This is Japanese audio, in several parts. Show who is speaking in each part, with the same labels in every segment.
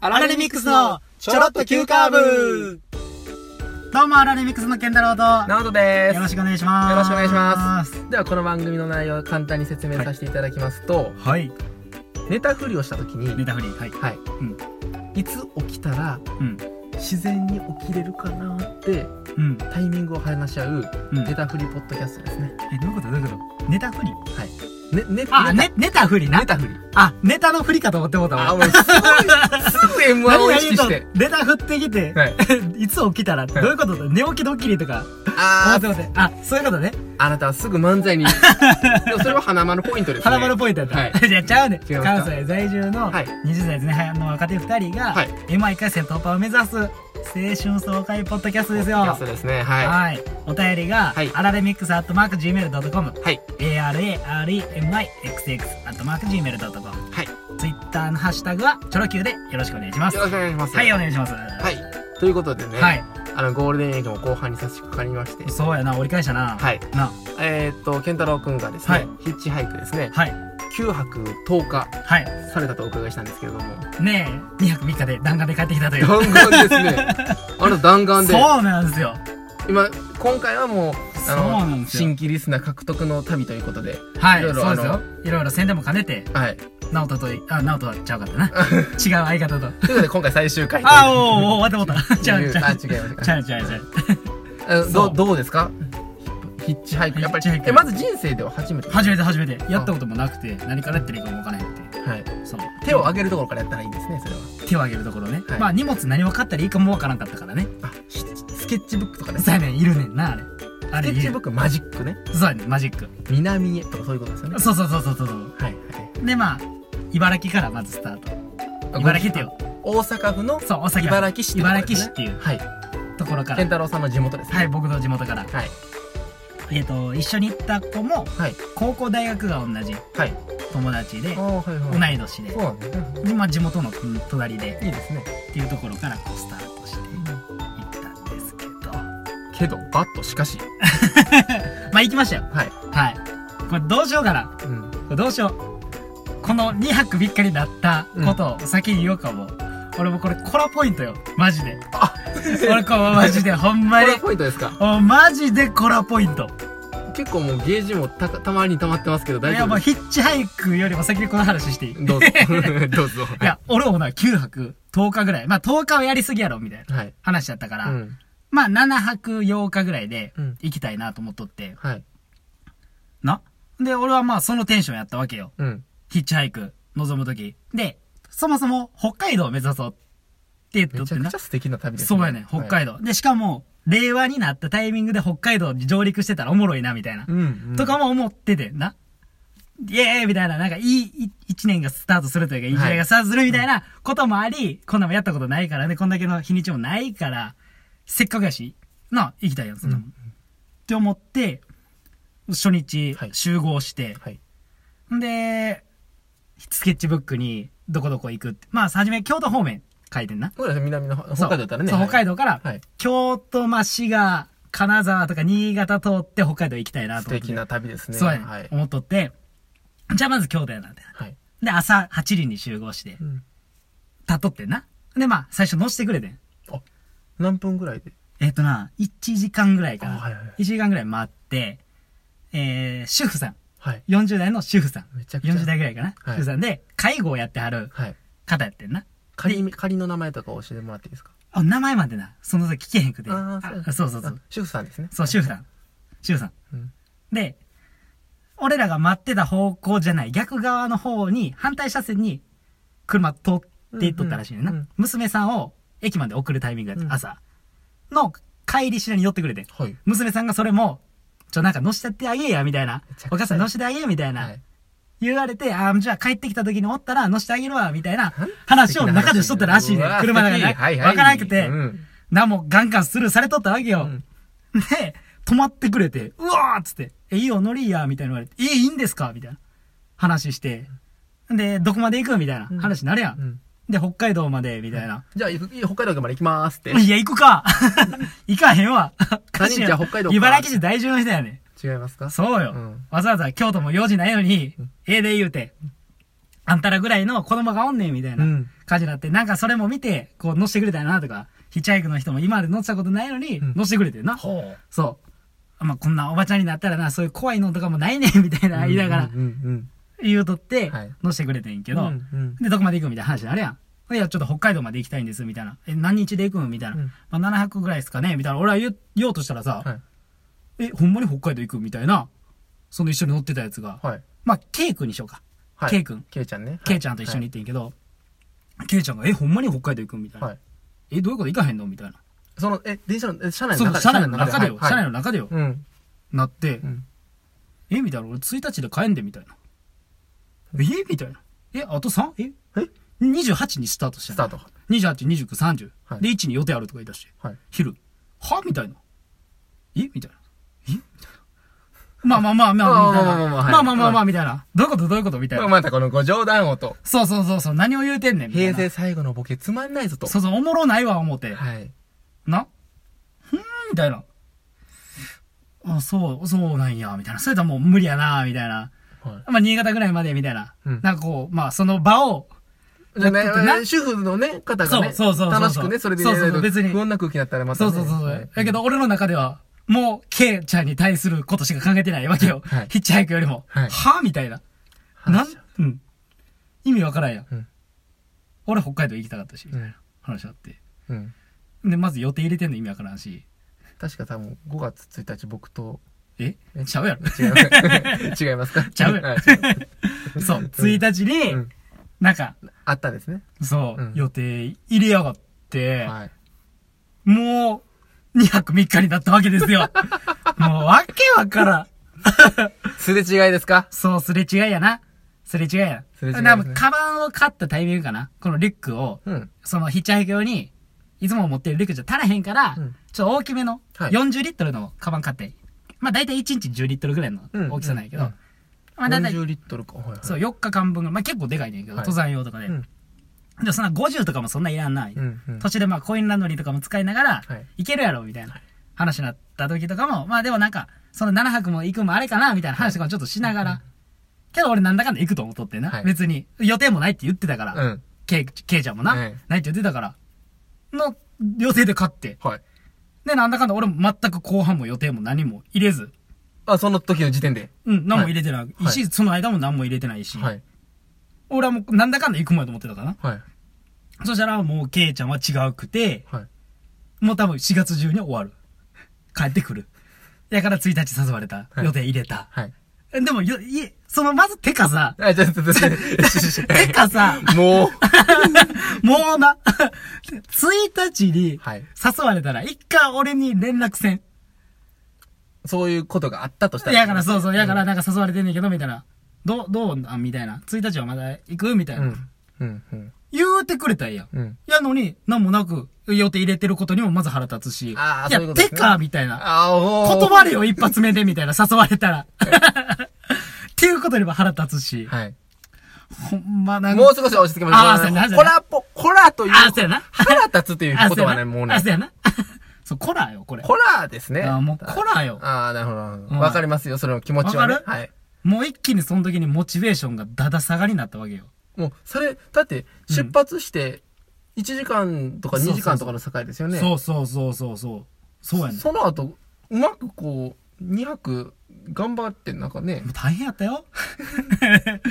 Speaker 1: アラレミックスのちょろっと急カーブ
Speaker 2: どうも、アラレミックスの健太郎と、
Speaker 1: ナオトです
Speaker 2: よろしくお願いします。。
Speaker 1: よろしくお願いしますではこの番組の内容を簡単に説明させていただきますと、
Speaker 2: はい。
Speaker 1: 寝たふりをした時に、
Speaker 2: ネタフリー。はい。
Speaker 1: はい、
Speaker 2: ん
Speaker 1: いつ起きたら
Speaker 2: うん。
Speaker 1: 自然に起きれるかなって
Speaker 2: うん。
Speaker 1: タイミングを話し合う
Speaker 2: うん。
Speaker 1: 寝たふりポッドキャストですね。
Speaker 2: え、どういうことどういうことネタフリ
Speaker 1: ね、ね、
Speaker 2: あ、
Speaker 1: 寝
Speaker 2: ね、ネタフリ
Speaker 1: た
Speaker 2: な
Speaker 1: 寝。たふり。
Speaker 2: あ、ネタのフリかと思ってもうたわ。
Speaker 1: あ、もうすぐ、 すぐ M1 を意識して。
Speaker 2: ネタ振ってきて、
Speaker 1: はい。
Speaker 2: いつ起きたら、どういうこと寝起きドッキリとか。あ
Speaker 1: あ
Speaker 2: ー、すいません。あ、そういうことね。
Speaker 1: ー、あなたはすぐ 漫才に。でもそれは花丸ポイントですね。
Speaker 2: 花丸ポイントやった。、
Speaker 1: はい
Speaker 2: や、ちゃうねん。
Speaker 1: 違います
Speaker 2: 関
Speaker 1: か
Speaker 2: 西在住の
Speaker 1: はい
Speaker 2: 20代前半の若手2人が、
Speaker 1: はい
Speaker 2: M1 回戦突破を目指す青春爽快ポッドキャストですよ。
Speaker 1: ポッドキャストですね。は
Speaker 2: はい。お便りが、
Speaker 1: はい
Speaker 2: アラレミックスアットマーク Gmail.com、
Speaker 1: い。はい。
Speaker 2: ARAREMIXX アットマーク Gmail.com、
Speaker 1: はい。
Speaker 2: ツイッターのハッシュタグは、チョロ Q でよろしくお願いします。
Speaker 1: よろしくお願いします。
Speaker 2: はい、お
Speaker 1: はい。
Speaker 2: 願いします。
Speaker 1: ということでね、
Speaker 2: はい。
Speaker 1: あの、ゴールデンウィークも後半に差し掛かりまして、
Speaker 2: そうやな、折り返したな。
Speaker 1: はい。
Speaker 2: な、
Speaker 1: えーっと、健太郎くんがですね、
Speaker 2: はい
Speaker 1: ヒッチハイクですね、
Speaker 2: はい。
Speaker 1: 9泊10日
Speaker 2: はい。
Speaker 1: されたとお伺いしたんですけれども、
Speaker 2: ねえ、2泊3日で 弾丸で帰ってき たという。
Speaker 1: 弾丸ですね。 あの弾丸で
Speaker 2: そ、うなんですよ。
Speaker 1: 今、今回はもう、
Speaker 2: そう
Speaker 1: あ
Speaker 2: な
Speaker 1: の、
Speaker 2: んですよ
Speaker 1: 新規リスナー獲得の旅ということで、
Speaker 2: はい、
Speaker 1: いろいろ
Speaker 2: そうです
Speaker 1: あ
Speaker 2: よ。いろいろ宣伝も兼ねて、
Speaker 1: はい。
Speaker 2: 直人と、あ、直人はちゃうか ったな。違う相方と。
Speaker 1: ということで、今回最終回という
Speaker 2: あー、おーおー、終わってもう た。ちゃ
Speaker 1: いう
Speaker 2: ちゃう。
Speaker 1: あ違います
Speaker 2: ちゃうちゃうちゃう。
Speaker 1: あ
Speaker 2: そ
Speaker 1: ど
Speaker 2: う
Speaker 1: うどうですかヒッチハイクやっぱり
Speaker 2: ヒッチハイク
Speaker 1: えまず人生では初めて
Speaker 2: 初めて初めて。やったこともなくて、何からやってるかもわからへんっていう。
Speaker 1: はい
Speaker 2: そう。
Speaker 1: 手を上げるところからやったらいいんですねそれは
Speaker 2: 手を挙げるところね。
Speaker 1: はい
Speaker 2: まあ荷物何分かったらいいかもわからんかったからね。
Speaker 1: あひスケッチブックとかねス
Speaker 2: そうやねん、いるねんな、あれ。あ
Speaker 1: ケ
Speaker 2: れい
Speaker 1: ッチブ
Speaker 2: る
Speaker 1: ッ。クマジックね
Speaker 2: そうやねん、マジック。
Speaker 1: 南へとかそういうことですよね
Speaker 2: そうそうそうそうそう。
Speaker 1: はい
Speaker 2: で、まあ、茨城からまずスタート。
Speaker 1: はい
Speaker 2: 茨城ってよ。
Speaker 1: 大阪府の
Speaker 2: そう、お酒。
Speaker 1: 茨城市ってこと
Speaker 2: 茨
Speaker 1: で
Speaker 2: 城
Speaker 1: す
Speaker 2: 市っ
Speaker 1: ね
Speaker 2: ていう
Speaker 1: はい
Speaker 2: ところか
Speaker 1: 健
Speaker 2: ら。
Speaker 1: 太郎さんの地元ですね
Speaker 2: はい、僕の地元から。
Speaker 1: はい
Speaker 2: えっ、と、一緒に行った子も、
Speaker 1: はい
Speaker 2: 高校大学が同じ
Speaker 1: はい
Speaker 2: 友達で
Speaker 1: あ、ーはい
Speaker 2: 同
Speaker 1: はい
Speaker 2: い年で
Speaker 1: そう、なんですね
Speaker 2: で、まあ地元のうん隣で
Speaker 1: いいですね
Speaker 2: っていうところからこうスタートして行ったんですけど。ま
Speaker 1: けどバットしかし
Speaker 2: あ行きましたよ。
Speaker 1: はい
Speaker 2: はい。これどうしようかな。
Speaker 1: うん
Speaker 2: これどうしよう。この2泊3日になったことを先に言おうかも。俺もこれコラポイントよ。マジで。
Speaker 1: あ
Speaker 2: 俺これマジ で、ほん
Speaker 1: こ
Speaker 2: まに
Speaker 1: れ。ポイントですか
Speaker 2: おマジでコラポイント。
Speaker 1: 結構もうゲージもたたまに溜まってますけど
Speaker 2: い
Speaker 1: 大丈
Speaker 2: や、も
Speaker 1: 夫
Speaker 2: う
Speaker 1: です
Speaker 2: ヒッチハイクよりも先にこの話していい
Speaker 1: どうぞどうぞ
Speaker 2: いや、俺もな、9泊10日ぐらい。まあ、10日はやりすぎやろ、みたいな
Speaker 1: はい
Speaker 2: 話だったから。
Speaker 1: うん
Speaker 2: まあ、7泊8日ぐらいで
Speaker 1: うん、
Speaker 2: 行きたいなと思っとって。
Speaker 1: はい
Speaker 2: な。で、俺はまあ、そのテンションやったわけよ。
Speaker 1: うん
Speaker 2: ヒッチハイク、望むとき。で、そもそも、北海道を目指そうって言って
Speaker 1: めち
Speaker 2: て
Speaker 1: ゃく
Speaker 2: な
Speaker 1: ちゃ。素敵な旅です
Speaker 2: そうやね、北海
Speaker 1: 道。
Speaker 2: 道。で、しかも、令和になったタイミングで北海道に上陸してたらおもろいな、みたいな
Speaker 1: う。ん。
Speaker 2: とかも思っててんな。イエーイみたいな、なんかいいい一年がスタートするというか、いい時代がスタートするみたいなこともあり、こんなんもやったことないからね、こんだけの日にちもないから、せっかくやし、な、行きたいやん、そんなもん。って思って、初日
Speaker 1: はい
Speaker 2: 集合して、
Speaker 1: はい。
Speaker 2: んで、スケッチブックにどこどこ行くって。まあ、はじめ京都方面書いてんな。
Speaker 1: そうですね、南の北海道だったらね。
Speaker 2: そう、北海
Speaker 1: 道。
Speaker 2: 道から、
Speaker 1: はい
Speaker 2: 京都、まあ、滋賀、金沢とか新潟通って北海道行きたいな
Speaker 1: 素
Speaker 2: と思って。
Speaker 1: 敵な旅ですね。
Speaker 2: そうやねん、
Speaker 1: はい。
Speaker 2: 思っとって、じゃあまず京都やなってなって。
Speaker 1: はい。
Speaker 2: で、朝8時に集合して
Speaker 1: う、ん。
Speaker 2: 立っとってんな。で、まあ、最初乗してくれてん。
Speaker 1: あ、何分ぐらいで
Speaker 2: えっ、とな、1時間ぐらいかな。
Speaker 1: あはいはいはい
Speaker 2: 1時間ぐらい待って、えー、主婦さん。
Speaker 1: はい。
Speaker 2: 40代の主婦さん。
Speaker 1: めちゃくちゃ
Speaker 2: 40代ぐらいかな。
Speaker 1: はい
Speaker 2: 主婦さんで、介護をやってはる
Speaker 1: はい。
Speaker 2: 方やってんな。
Speaker 1: 仮に、仮の名前とか教えてもらっていいですか
Speaker 2: あ、名前までな、その時聞けへんくて。
Speaker 1: あー
Speaker 2: あそうそうそ
Speaker 1: あ
Speaker 2: う。
Speaker 1: 主婦さんですね。
Speaker 2: そう、主婦さん。主婦さん。
Speaker 1: うん。
Speaker 2: で、俺らが待ってた方向じゃない、逆側の方に、反対車線に、車通っていっとったらしいねんな。
Speaker 1: うんうんうん
Speaker 2: 娘さんを駅まで送るタイミングやった、
Speaker 1: うん
Speaker 2: 朝。の帰りしなに寄ってくれてん。
Speaker 1: はい。
Speaker 2: 娘さんがそれも、ちょ、なんか乗せてってあげえや、みたいな
Speaker 1: めちゃくち。ゃ
Speaker 2: お母さん乗せてあげえ、みたいな。
Speaker 1: はい。
Speaker 2: 言われて、ああ、じゃあ帰ってきた時におったら乗せてあげるわ、みたいな話を中でしとったらしいね
Speaker 1: うわ
Speaker 2: ん。
Speaker 1: ー
Speaker 2: 車の中で
Speaker 1: 素
Speaker 2: ね。
Speaker 1: 敵はいはい。
Speaker 2: わからなくて
Speaker 1: う、ん。
Speaker 2: なんもガンガンスルーされとったわけよ。
Speaker 1: うん
Speaker 2: で、止まってくれて、うわーっつって、え、いいよ、乗りいいや、みたいな言われて、え、いいんですかみたいな話して、で、どこまで行くみたいな話になるやん。
Speaker 1: うん
Speaker 2: で、北海道まで、みたいな。
Speaker 1: じゃあ、いい北海道まで行きまーすって。
Speaker 2: いや、行くか 行かへんわ。
Speaker 1: 何じゃあ北海道か
Speaker 2: 茨城市在住の人やね
Speaker 1: 違いますか
Speaker 2: ん。そうよ、
Speaker 1: うん
Speaker 2: わざわざ京都も用事ないのに、ええで言うて、あんたらぐらいの子供がおんねん、みたいな。
Speaker 1: うん
Speaker 2: 感じになって、なんかそれも見て、こう乗せてくれたよなとか、ヒッチハイクの人も今まで乗ってたことないのに
Speaker 1: ん、
Speaker 2: 乗せてくれてるな。
Speaker 1: ほう。
Speaker 2: そう。まあ、こんなおばちゃんになったらな、そういう怖いのとかもないねん、みたいな言いながら
Speaker 1: うん、うん
Speaker 2: 言うとって
Speaker 1: はい、
Speaker 2: 乗せてくれてんけ
Speaker 1: うん。う
Speaker 2: ど、
Speaker 1: んうん
Speaker 2: で、どこまで行くみたいな話になるやん。いや、ちょっと北海道まで行きたいんです、みたいな。え、何日で行くんみたいな。
Speaker 1: うん
Speaker 2: まあ、7泊ぐらいですかねみたいな。俺は言う言おうとしたらさ、
Speaker 1: はい。
Speaker 2: え、ほんまに北海道行くみたいな、その一緒に乗ってたやつが、
Speaker 1: はい。
Speaker 2: まあ、K 君にしようか。
Speaker 1: はい。
Speaker 2: K 君。
Speaker 1: ケイちゃんね。
Speaker 2: K ちゃんと一緒に行ってんけど、K ちゃんが、え、ほんまに北海道行くんみたいな。
Speaker 1: はい。はい。
Speaker 2: え、どういうこと行かへんのみたいな。
Speaker 1: その、え、電車の、え車内
Speaker 2: そ
Speaker 1: の
Speaker 2: う、
Speaker 1: 中
Speaker 2: 車内の中でよ。
Speaker 1: はい
Speaker 2: 車内の中でよ。
Speaker 1: うん。
Speaker 2: なって
Speaker 1: う、ん。
Speaker 2: え、みたいな。俺1日で帰んで、みたいな。えみたいな。え、あと 3? え
Speaker 1: え
Speaker 2: ?28 にスタートして
Speaker 1: ス
Speaker 2: ん
Speaker 1: タート。
Speaker 2: 28、29、30。
Speaker 1: はい
Speaker 2: で、1に予定あるとか言い出して。
Speaker 1: はい。
Speaker 2: 昼。はみたいな。えみたいな。えみたいな。まあまあまあまあ、みたいな。
Speaker 1: まあまあまあまあはい
Speaker 2: まあまあまあまあ、みたいな。どういうことどういうことみたいな。
Speaker 1: またこのご冗談をと。
Speaker 2: そうそうそうそう、何を言うてんねん。みたい
Speaker 1: 平
Speaker 2: な
Speaker 1: 成最後のボケつまんないぞと。
Speaker 2: そうそう、おもろないわ、思って。
Speaker 1: はい。
Speaker 2: なふーん、みたいな。あ、そう、そうなんや、みたいな。それともう無理やな、みたいな。
Speaker 1: は
Speaker 2: まあ、新潟ぐらいまで、みたいな。
Speaker 1: うん
Speaker 2: なんかこう、まあ、その場を、
Speaker 1: い。じゃ
Speaker 2: だってな
Speaker 1: あね、主婦のね、方がね、
Speaker 2: そうそうそうそうそう
Speaker 1: 楽しくね、それでやらない
Speaker 2: そうそう
Speaker 1: と
Speaker 2: 別に
Speaker 1: 不穏な空気になったらまた
Speaker 2: そ
Speaker 1: ね。
Speaker 2: うそうそうそう。
Speaker 1: はい
Speaker 2: だけど、俺の中では、もう、ケイちゃんに対することしか考えてないわけよ。
Speaker 1: はい
Speaker 2: ヒッチハイクよりも。
Speaker 1: はい
Speaker 2: ぁみたいな。なん、うん。意味わからんやん。
Speaker 1: うん
Speaker 2: 俺、北海道行きたかったし、み
Speaker 1: う
Speaker 2: たいなん話あって。
Speaker 1: うん。
Speaker 2: で、まず予定入れてんの意味わからんし。
Speaker 1: 確か多分5月1日僕と、
Speaker 2: え
Speaker 1: え
Speaker 2: ちゃうやろ
Speaker 1: 違い ます。違いますか
Speaker 2: ちゃうよ
Speaker 1: はい違う
Speaker 2: そう。1日に、
Speaker 1: うん
Speaker 2: なんか、
Speaker 1: あったですね。
Speaker 2: そう、
Speaker 1: うん
Speaker 2: 予定入れやがって、
Speaker 1: はい。
Speaker 2: もう、2泊3日になったわけです よ。もう、わけわからん。
Speaker 1: すれ違いですか
Speaker 2: そう、すれ違いやな。すれ違いや。
Speaker 1: すれ違いですね
Speaker 2: なカバンを買ったタイミングかな。このリュックを、
Speaker 1: うん。
Speaker 2: そのヒッチハイク用に、いつも持ってるリュックじゃ足らへんから、
Speaker 1: うん
Speaker 2: ちょっと大きめの、
Speaker 1: はい
Speaker 2: 40リットルのカバン買って。まあ大体1日10リットルぐらいの
Speaker 1: うん
Speaker 2: 大きさなんやけど。
Speaker 1: うん
Speaker 2: まあ大体、
Speaker 1: 40リットルか。はいはい
Speaker 2: そう、4日間分ぐらい。まあ結構でかいねんけど、
Speaker 1: はい
Speaker 2: 登山用とかで。
Speaker 1: うん
Speaker 2: でもそんな50とかもそんないらんない。
Speaker 1: うんうん
Speaker 2: 途中でまあコインランドリーとかも使いながら、
Speaker 1: はい
Speaker 2: いけるやろ、みたいな話になった時とかも、まあでもなんか、その7泊も行くもあれかな、みたいな話とかもちょっとしながら。けど俺なんだかんだ行くと思っとってな。
Speaker 1: はい
Speaker 2: 別に。予定もないって言ってたから。
Speaker 1: うん。
Speaker 2: ケイ、ケイちゃんもな、
Speaker 1: ええ
Speaker 2: ないって言ってたから、の予定で勝って。
Speaker 1: はい。
Speaker 2: で、なんだかんだ俺も全く後半も予定も何も入れず、
Speaker 1: あ、その時の時点で。
Speaker 2: うん、何も入れてないし、
Speaker 1: は
Speaker 2: その間も何も入れてないし、
Speaker 1: はい。
Speaker 2: 俺はもうなんだかんだ行くまでと思ってたからな。
Speaker 1: はい。
Speaker 2: そしたらもうケイちゃんは違うくて、
Speaker 1: はい。
Speaker 2: もう多分4月中に終わる。帰ってくる。だから1日誘われた。
Speaker 1: はい
Speaker 2: 予定入れた。
Speaker 1: はい。
Speaker 2: でもよ、い、そのまず手か さ、
Speaker 1: あ、ちょっと、ちょっと、
Speaker 2: 手かさ、
Speaker 1: もう。
Speaker 2: もうな、1日に
Speaker 1: はい
Speaker 2: 誘われたら、一回俺に連絡せん。
Speaker 1: そういうことがあったとした
Speaker 2: やから、そうそう、やから、なんか誘われてんねんけど、みたいな。どう、どうなんみたいな。1日はまだ行くみたいうな。
Speaker 1: ん。うん。うん。
Speaker 2: 言うてくれたんや。
Speaker 1: うん。
Speaker 2: やのに、なんもなく、予定入れてることにもまず腹立つし。
Speaker 1: あーそういう
Speaker 2: や、
Speaker 1: ことで
Speaker 2: て
Speaker 1: すね
Speaker 2: か、みたいな。
Speaker 1: あお
Speaker 2: 断れよ、一発目で、みたいな、誘われたら。っていうことにも腹立つし。
Speaker 1: はい。
Speaker 2: ほんま、なんか。
Speaker 1: もう少し落ち着きましょう。
Speaker 2: あーそうやなそう
Speaker 1: コ
Speaker 2: やな
Speaker 1: ラボ、コラという、
Speaker 2: あ、そうやな。
Speaker 1: 腹立つとい う
Speaker 2: あ、そ
Speaker 1: こ
Speaker 2: う
Speaker 1: と
Speaker 2: や
Speaker 1: は
Speaker 2: な。
Speaker 1: ね、もうね
Speaker 2: あ、、そうやな。そう、コラよ、これ。
Speaker 1: コラですね。
Speaker 2: あーもうコラよ。
Speaker 1: ああ、なるほどなるほ
Speaker 2: うん
Speaker 1: ど。わかりますよ、その気持ちはね
Speaker 2: わ。か
Speaker 1: はい。
Speaker 2: もう一気にその時にモチベーションがだだ下がりになったわけよ。
Speaker 1: もう、それ、だって、
Speaker 2: うん
Speaker 1: 出発して、1時間とか
Speaker 2: そうそう
Speaker 1: 2時間とかの境ですよね。
Speaker 2: そうそうそうそうそう。そうやねん。
Speaker 1: その後、うまくこう、2泊、頑張って、なんかね
Speaker 2: も、う大変やった よ。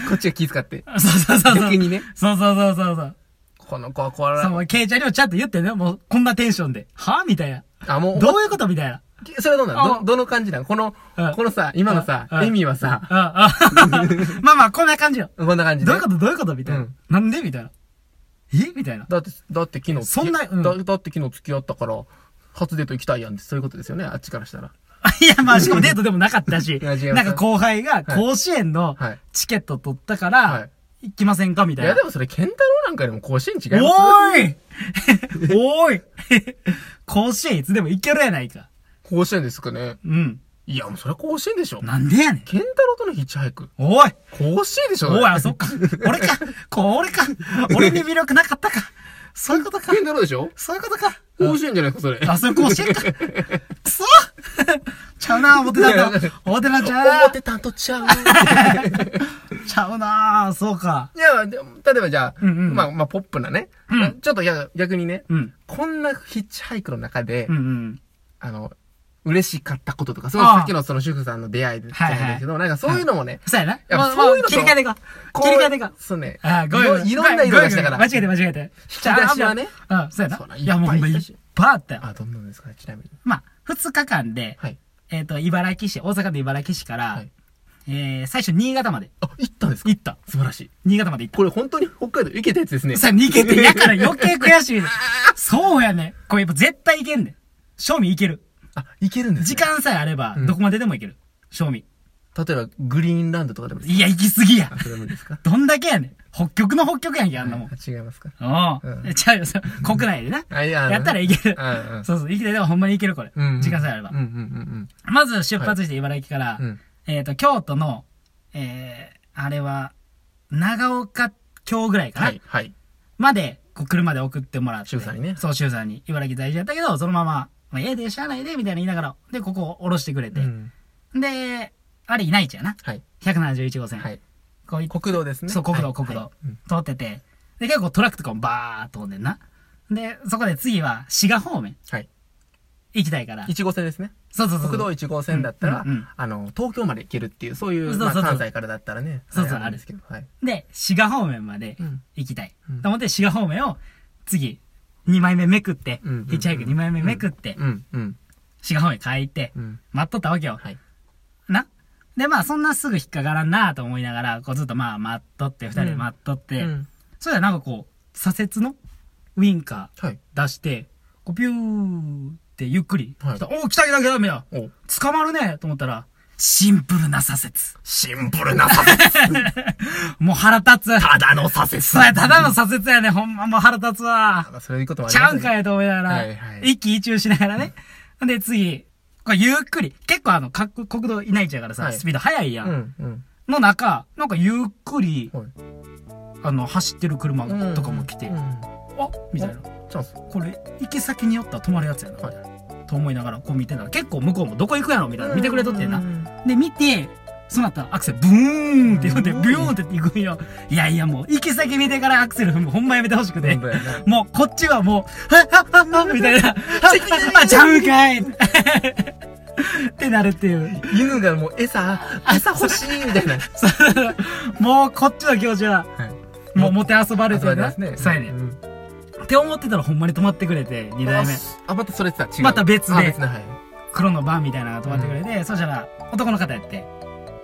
Speaker 1: こっちが気遣って。
Speaker 2: そうそうそうそう。
Speaker 1: 逆にね。
Speaker 2: そうそうそうそうそう。
Speaker 1: この子はこら
Speaker 2: そう、ケイちゃんにもちゃんと言ってね、もうこんなテンションで。はみたいな。
Speaker 1: あ、もう、
Speaker 2: どういうことみたいな。
Speaker 1: それはどうな
Speaker 2: あ
Speaker 1: のど、どの感じなのこの
Speaker 2: うん、
Speaker 1: このさ、今のさ
Speaker 2: うん、
Speaker 1: エミはさ、
Speaker 2: あ、あ、まあまあ、こんな感じよ。
Speaker 1: こんな感じで。
Speaker 2: どういうことどういうことみたいな。
Speaker 1: うん
Speaker 2: なんでみたいな。えみたいな。
Speaker 1: だって、だって昨日、
Speaker 2: そんなうん
Speaker 1: だ、だって昨日付き合ったから、初デート行きたいやんって、そういうことですよね、あっちからしたら。
Speaker 2: いや、まあ、しかもデートでもなかったし、
Speaker 1: いや違います
Speaker 2: なんか後輩が甲子園の
Speaker 1: はい
Speaker 2: チケット取ったか
Speaker 1: は
Speaker 2: ら
Speaker 1: い、
Speaker 2: 行きませんかみた
Speaker 1: い
Speaker 2: い
Speaker 1: や、
Speaker 2: な
Speaker 1: で。もそれ、ケンタロウなんかでも甲子園違います
Speaker 2: おーい おーい甲子園いつでも行けるやないか。
Speaker 1: 甲子園ですかね。
Speaker 2: うん。
Speaker 1: いや、もうそれは甲子園でしょ。
Speaker 2: なんでやねん。
Speaker 1: ケンタロウとのヒッチハイク。
Speaker 2: おい
Speaker 1: 甲子園でしょ
Speaker 2: おい、あ、そっか。俺 か。こう、俺か。俺に魅力なかったか。そういうことか
Speaker 1: ケ。ンタロウでしょ
Speaker 2: そういうことか。
Speaker 1: 甲子園じゃないですか、それ。
Speaker 2: あ、それ甲子園か。くそ ちちゃうな、思ってたん
Speaker 1: いや
Speaker 2: だ。思ってたんちゃ
Speaker 1: 思
Speaker 2: う
Speaker 1: ってたんとちゃう。
Speaker 2: ちゃうな、そうか。
Speaker 1: いや、でも例えばじゃあ、
Speaker 2: うんうん
Speaker 1: まあ、まあ、ポップなね。
Speaker 2: うん
Speaker 1: ちょっといや逆にね、
Speaker 2: うん。
Speaker 1: こんなヒッチハイクの中で、
Speaker 2: うんうん。
Speaker 1: あの、嬉しかったこととか、その
Speaker 2: ああ
Speaker 1: さっきのその主婦さんの出会いじゃないですけど、なんかそういうのもね、
Speaker 2: そうやな。
Speaker 1: や
Speaker 2: まあま
Speaker 1: そういう
Speaker 2: あ
Speaker 1: のと
Speaker 2: 切り替えていこう。切り替えていこう。
Speaker 1: そうね。
Speaker 2: あーごめんごめん。
Speaker 1: いろいろんな色がしたから。
Speaker 2: ごめんごめん間違えて間違えて。
Speaker 1: 引き出しはね
Speaker 2: あー。うん、そうや
Speaker 1: そうだ
Speaker 2: な。
Speaker 1: いっぱい
Speaker 2: いや、もうほんまいっぱいあったよ。
Speaker 1: あ、どんなんですかね、ちなみに。
Speaker 2: まあ、二日間で、
Speaker 1: はい。
Speaker 2: えっと、茨城市、大阪の茨城市か
Speaker 1: は
Speaker 2: ら
Speaker 1: い、
Speaker 2: えー最初新潟まで
Speaker 1: あ、行ったんですか
Speaker 2: 行った。
Speaker 1: 素晴らしい。
Speaker 2: 新潟まで行った
Speaker 1: こ。れ本当に北海道行けたやつですね。
Speaker 2: さ、逃げて、やから余計悔しいね。そうやね。これやっぱ絶対いけんねん。賞味いける。
Speaker 1: あ、行けるんです
Speaker 2: 時
Speaker 1: ね
Speaker 2: 間さえあれば
Speaker 1: うん、
Speaker 2: どこまででもいける。賞味。
Speaker 1: 例えば、グリーンランドとかでもです
Speaker 2: いや、行き過ぎや
Speaker 1: あ、。それもいいですか
Speaker 2: どんだけやねん。北極の北極やんけ、あんなもん。
Speaker 1: あ違いますか
Speaker 2: お
Speaker 1: う
Speaker 2: うんえちゃうよ、そう国内でな。
Speaker 1: あ、いや、あの
Speaker 2: やったらいける
Speaker 1: うんうん。
Speaker 2: そうそう、生きてでもほんまにいける、これ
Speaker 1: うんうん。
Speaker 2: 時間さえあれば
Speaker 1: うん。うんうん
Speaker 2: まず出発して茨城から
Speaker 1: うん。う、ん。
Speaker 2: えっと、京都の、えー、あれは、長岡京ぐらいか
Speaker 1: は、
Speaker 2: ない
Speaker 1: はい。
Speaker 2: まで、こう、車で送ってもらって。
Speaker 1: 周さんにね
Speaker 2: そう、周さんに。茨城在住やったけど、そのまま、まあ、ええで、しゃあないで、みたいな言いながら、で、ここを降ろしてくれて。
Speaker 1: うん
Speaker 2: で、あれ、いないちゃうな。
Speaker 1: はい。
Speaker 2: 171号線。
Speaker 1: はい。
Speaker 2: こうい
Speaker 1: 国道ですね。
Speaker 2: そう、国道、
Speaker 1: はい
Speaker 2: 国道、
Speaker 1: はいうん
Speaker 2: 通ってて。で、結構トラックとかもバーっと飛んでんな。で、そこで次は、滋賀方面
Speaker 1: はい。
Speaker 2: 行きたいから。
Speaker 1: 1号線ですね。
Speaker 2: そうそうそう。
Speaker 1: 国道1号線だったら
Speaker 2: うんうん、
Speaker 1: あの、東京まで行けるっていう、そうい
Speaker 2: そ
Speaker 1: う、
Speaker 2: うそう
Speaker 1: まあ
Speaker 2: そう
Speaker 1: 関西からだったらね。
Speaker 2: そうそう
Speaker 1: あれなんですけど。はい。
Speaker 2: で、滋賀方面まで
Speaker 1: うん
Speaker 2: 行きたい。
Speaker 1: うん
Speaker 2: と思って、滋賀方面を、次、2枚目めくって、
Speaker 1: うんうんうん
Speaker 2: ヒッチハイク2枚目めくって、
Speaker 1: うん、うん、
Speaker 2: 滋賀方面帰って、
Speaker 1: うん。
Speaker 2: 待っとったわけよ。
Speaker 1: はい。
Speaker 2: な。で、まあ、そんなすぐ引っかからんなと思いながら、こうずっとまあ、待っとって、二人で待っとって、
Speaker 1: うん
Speaker 2: それでなんかこう、左折のウインカ
Speaker 1: はい。
Speaker 2: ー出して、こう、ビューってゆっくり、
Speaker 1: はい
Speaker 2: 来たおう来た来た来た、みたいな。
Speaker 1: お
Speaker 2: 捕まるねと思ったら、シンプルな左折。
Speaker 1: シンプルな左折。
Speaker 2: もう腹立つ。
Speaker 1: ただの左折。
Speaker 2: それ、ただの左折やね。ほんまもう腹立つわ。
Speaker 1: あ。そういうこともあ
Speaker 2: ち
Speaker 1: りま
Speaker 2: ゃ
Speaker 1: す
Speaker 2: うん
Speaker 1: ね
Speaker 2: かよと思いながら、
Speaker 1: はいはい
Speaker 2: 一喜一憂しながらね。で、次、これゆっくり、結構あの、各国道いないちゃうからさ、
Speaker 1: はい
Speaker 2: スピード速いやん。
Speaker 1: うん、うん。
Speaker 2: の中、なんかゆっくり、
Speaker 1: はい
Speaker 2: あの、走ってる車とかも来て、
Speaker 1: うんうん
Speaker 2: あみたいな。
Speaker 1: チャンス。
Speaker 2: これ、行き先によったら止まるやつやな。
Speaker 1: はい
Speaker 2: と思いながら、こう見てたら、結構向こうもどこ行くやろみたいな。見てくれとってん
Speaker 1: う
Speaker 2: な。
Speaker 1: ん
Speaker 2: で、見て、その後アクセル、ブーンって呼んで、
Speaker 1: うん
Speaker 2: ビューンって行くんよ。いやいや、もう、行き先見てからアクセル踏む、ほんまやめてほしくて。
Speaker 1: 本当やな
Speaker 2: もう、こっちはもう、はっはっはっは みた いな。あ、ちゃうんかいってなるっていう。
Speaker 1: 犬がもう餌、餌欲しいみたいな。
Speaker 2: そうもう、こっちの気持ちは、もう、もてあそばれて
Speaker 1: そう
Speaker 2: る
Speaker 1: で
Speaker 2: な。
Speaker 1: すね。
Speaker 2: そうやね
Speaker 1: ん。。
Speaker 2: って思ってたらほんまに止まってくれて、二代目。
Speaker 1: あ、またそれさ、違う。
Speaker 2: また別で
Speaker 1: あ別な、はい。
Speaker 2: 黒のバンみたいなのが止まってくれて、そしたら、男の方やって、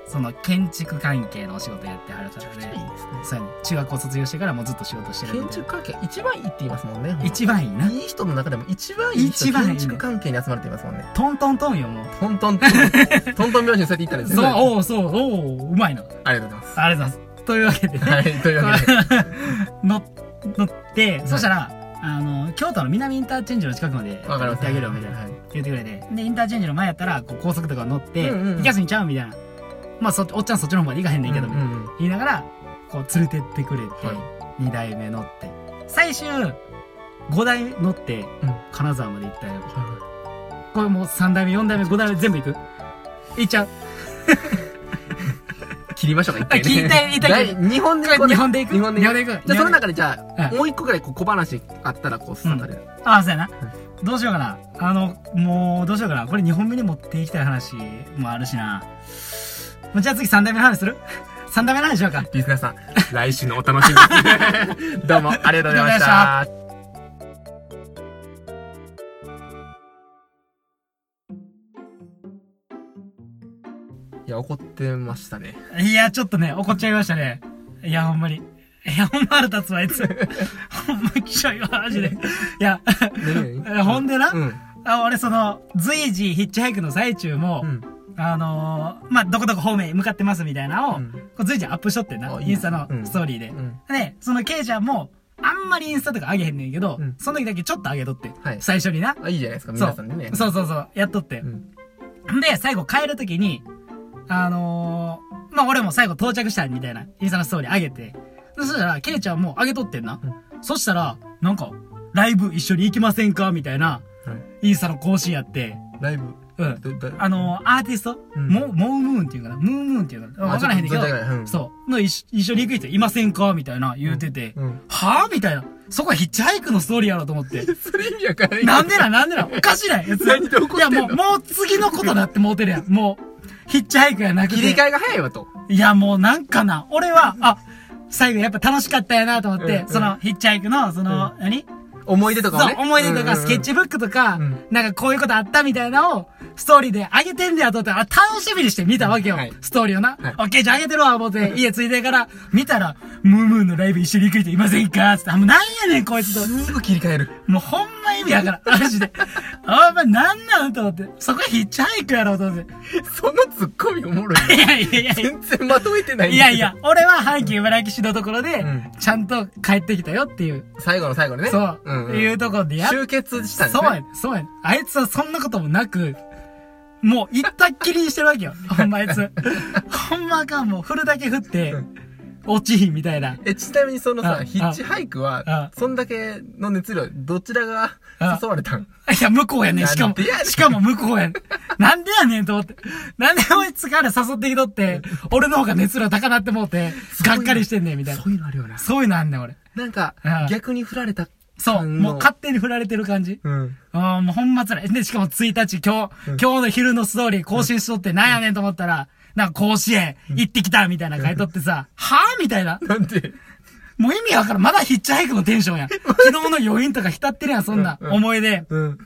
Speaker 2: その、建築関係のお仕事やってはる方
Speaker 1: いい
Speaker 2: で、
Speaker 1: ですね。
Speaker 2: そうやね。中学校卒業してからもうずっと仕事してる
Speaker 1: 建
Speaker 2: みたい
Speaker 1: 築
Speaker 2: な。
Speaker 1: 関係、一番いいって言いますもんね。
Speaker 2: 一番いいな。
Speaker 1: いい人の中でも一番いい人
Speaker 2: 一番いい
Speaker 1: 建築関係に集まれていますもんね。
Speaker 2: トントントンよ、もう。
Speaker 1: トントントン、トントン拍子にそうやって言ったらです
Speaker 2: そう
Speaker 1: ね、
Speaker 2: おう、そう、おう、うまいな。
Speaker 1: ありがとうございます。
Speaker 2: ありがとうございます。というわ けでね、
Speaker 1: はい、というわけで。
Speaker 2: 乗っ乗って、そしたら、あの、京都の南インターチェンジの近くまで
Speaker 1: わか
Speaker 2: 行
Speaker 1: りま
Speaker 2: っ
Speaker 1: す。
Speaker 2: てあげるよ、みたいな。
Speaker 1: はい。
Speaker 2: 言ってくれて。で、インターチェンジの前やったら、こう高速とか乗って、
Speaker 1: うんうんうん
Speaker 2: 行きやすいんちゃうみたいな。まあ、そっちおっちゃんそっちの方まで行かへんねんけど、
Speaker 1: うんうん
Speaker 2: 言いながら、こう連れてってくれて、
Speaker 1: は
Speaker 2: 二代目乗って。最終、五代目乗って、金沢まで行ったよ。
Speaker 1: い。
Speaker 2: これもう三代目、四代目、五代目全部行く行っちゃう。
Speaker 1: 切りましょうか、一回、ね。
Speaker 2: あ切りたい切りたい
Speaker 1: 第日本で行こう
Speaker 2: 日本で行く
Speaker 1: 日本で行く
Speaker 2: 日本で行く
Speaker 1: じゃあ、その中でじゃあ、
Speaker 2: うん
Speaker 1: もう一個ぐらいこう小話あったら、こう、スタートで。
Speaker 2: ああ、そうやな。どうしようかな。あの、もう、どうしようかな。これ2本目に持っていきたい話もあるしな。もうじゃあ次3代目の話する ?3 代目の話しようか。
Speaker 1: リスナーさん、来週のお楽しみに どうも、ありがとうございました。いや、怒ってましたね。
Speaker 2: いや、ちょっとね、怒っちゃいましたね。いや、ほんまに。いや、ほんま腹立つわ、あいつ。 ほんまきしょいわ、マジで。いや、えほんでな、
Speaker 1: うん。
Speaker 2: あ俺その、随時ヒッチハイクの最中も、
Speaker 1: うん。
Speaker 2: あのー、まあ、どこどこ方面へ向かってますみたいなのを、
Speaker 1: うん
Speaker 2: こう随時アップしとってんな。
Speaker 1: あいいね
Speaker 2: インスタのストーリーで。
Speaker 1: うん。
Speaker 2: で、そのケイちゃんも、あんまりインスタとか上げへんねんけど、
Speaker 1: うん
Speaker 2: その時だけちょっと上げとって、
Speaker 1: はい
Speaker 2: 最初にな。
Speaker 1: あ、いいじゃないですか、
Speaker 2: そ
Speaker 1: 皆
Speaker 2: う
Speaker 1: さんでね。
Speaker 2: そうそうそう、やっとって。
Speaker 1: うん。
Speaker 2: で、最後帰る時に、あのー、まあ、俺も最後到着したみたいな、インスタのストーリー上げて。そしたら、ケイちゃんも上げとってんな。そしたら、なんか、ライブ一緒に行きませんかみたいな、
Speaker 1: はい
Speaker 2: インスタの更新やって、
Speaker 1: ライブ。
Speaker 2: うん
Speaker 1: どだ
Speaker 2: あの、アーティスト、
Speaker 1: うん
Speaker 2: モモームーンっていうかな、ムームーンっていうかな。わからへんねんけ
Speaker 1: あ
Speaker 2: ど
Speaker 1: ちょっと存じ上げないうん、
Speaker 2: そう。の一一緒に行く人いませんかみたいな言うてて、
Speaker 1: うん
Speaker 2: はぁみたいな。そこはヒッチハイクのストーリーやろと思って。
Speaker 1: それ意味わからん
Speaker 2: なんでなんなんでなんおかしない。
Speaker 1: 何で怒ってん
Speaker 2: い
Speaker 1: の
Speaker 2: やもう、もう次のことだってもうてるやん。もう、ヒッチハイクやなく
Speaker 1: 切り
Speaker 2: て。
Speaker 1: 替えが早いわと
Speaker 2: いやもうなんかな、俺は、あ、最後やっぱ楽しかったやなと思って、
Speaker 1: うん
Speaker 2: そのヒッチハイクの、その、何
Speaker 1: 思い出とかを
Speaker 2: そ
Speaker 1: ね
Speaker 2: う、思い出とか、スケッ
Speaker 1: ッ
Speaker 2: チブックとか、
Speaker 1: うん
Speaker 2: なんかこういうことあったみたいなのを、ストーリーで上げてんねやと思って、あ、楽しみにして見たわけよ。
Speaker 1: はい
Speaker 2: ストーリーをな。
Speaker 1: はい
Speaker 2: オッケー、じゃあ上げてるわ、思って、家ついてから、見たら、ムームーのライブ一緒に行く人いませんかつって、あ、もうなんやねん、こいつと。
Speaker 1: すぐ切り替える
Speaker 2: もうほんま意味わ からん。マジで。あ、お前なんなんと思って。そこヒッチハイクやろ、と思って。
Speaker 1: そのツッコミおもろい
Speaker 2: いやいやいや いや。
Speaker 1: 全然まとめてないんだけど
Speaker 2: いやいや、俺は阪急茨城市のところで
Speaker 1: うん、
Speaker 2: ちゃんと帰ってきたよっていう、
Speaker 1: 最後の最後でね
Speaker 2: そう、
Speaker 1: んん
Speaker 2: いうところでやっ
Speaker 1: 集結したんです
Speaker 2: そう
Speaker 1: ね
Speaker 2: やねん、そうやねん。あいつはそんなこともなく、もう行ったっきりにしてるわけよ。 ほんまあいつ。ほんまあかん、もう振るだけ振って、落ちひんみたいな。
Speaker 1: えちなみにその
Speaker 2: あ
Speaker 1: さ
Speaker 2: あ
Speaker 1: ヒッチハイク
Speaker 2: あ
Speaker 1: はそんだけの熱量どちらが
Speaker 2: あ
Speaker 1: 誘われたん
Speaker 2: いや、向こうやねん、しか
Speaker 1: な
Speaker 2: も
Speaker 1: んでやね。ん
Speaker 2: しかも向こうやねん。なんでやねんと思って。なんであいつから誘ってきとって、俺の方が熱量高なって思って、がっかりしてんねん、みたいな。
Speaker 1: そういうのあるよな
Speaker 2: そういうのあんねん、俺。
Speaker 1: なんか
Speaker 2: ああ
Speaker 1: 逆に振られた
Speaker 2: そう、
Speaker 1: 感の
Speaker 2: もう勝手に振られてる感じ。
Speaker 1: うん
Speaker 2: ああ、もうほんま辛い。で、しかも1日、今日、今
Speaker 1: ん
Speaker 2: 日の昼のストーリー更新しとって、なんやねんと思ったら、なんか甲子園行ってきたみたいな書いとってさ、はぁみたいな。
Speaker 1: なんで
Speaker 2: もう意味わからん。まだヒッチハイクのテンシ ョンやん。昨日の余韻とか浸ってるやん、そんな。
Speaker 1: うんうん
Speaker 2: 思い出、
Speaker 1: うん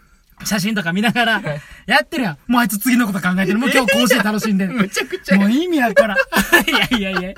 Speaker 2: 写真とか見ながら
Speaker 1: はい、
Speaker 2: やってるやん。もうあいつ次のこと考え てる。もう今日甲子園楽しんでる。
Speaker 1: むちゃくちゃや
Speaker 2: もう意味わからん。 いやいやいや。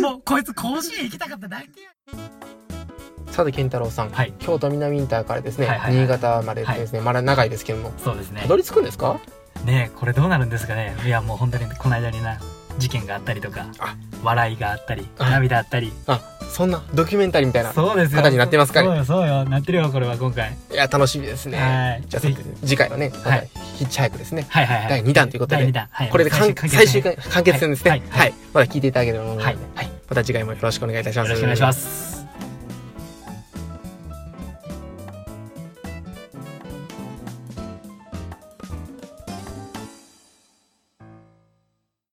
Speaker 2: もうこいつ甲子園行きたかっただけやん。
Speaker 3: さて健太郎さん、
Speaker 4: はい
Speaker 3: 京都南インターからですね、
Speaker 4: はいはいは
Speaker 3: 新
Speaker 4: い
Speaker 3: 潟までですね、まだ長いですけども
Speaker 4: そうですね
Speaker 3: たどり着くんですか
Speaker 4: ねえこれどうなるんですかねいやもう本当にこの間にな事件があったりとか
Speaker 3: あ
Speaker 4: 笑いがあったり
Speaker 3: あ
Speaker 4: 涙あったり
Speaker 3: あそんなドキュメンタリーみたいな
Speaker 4: そうですよ
Speaker 3: 形になってますから
Speaker 4: そうよそうよなってるよこれは今回
Speaker 3: いや楽しみですね
Speaker 4: はい
Speaker 3: じゃあ
Speaker 4: ぜひ
Speaker 3: 次回はね、また
Speaker 4: はい
Speaker 3: ヒッチハイクですね
Speaker 4: はいはいはい
Speaker 3: 第2弾ということで
Speaker 4: 第2弾、はい、
Speaker 3: これで完最終回完結戦ですねは
Speaker 4: はいい、
Speaker 3: まだ聞いていただければと思うの
Speaker 4: はい、
Speaker 3: で、
Speaker 4: はいはい、よ
Speaker 3: また次回もよろしくお願いいたします
Speaker 4: ろしくお願いします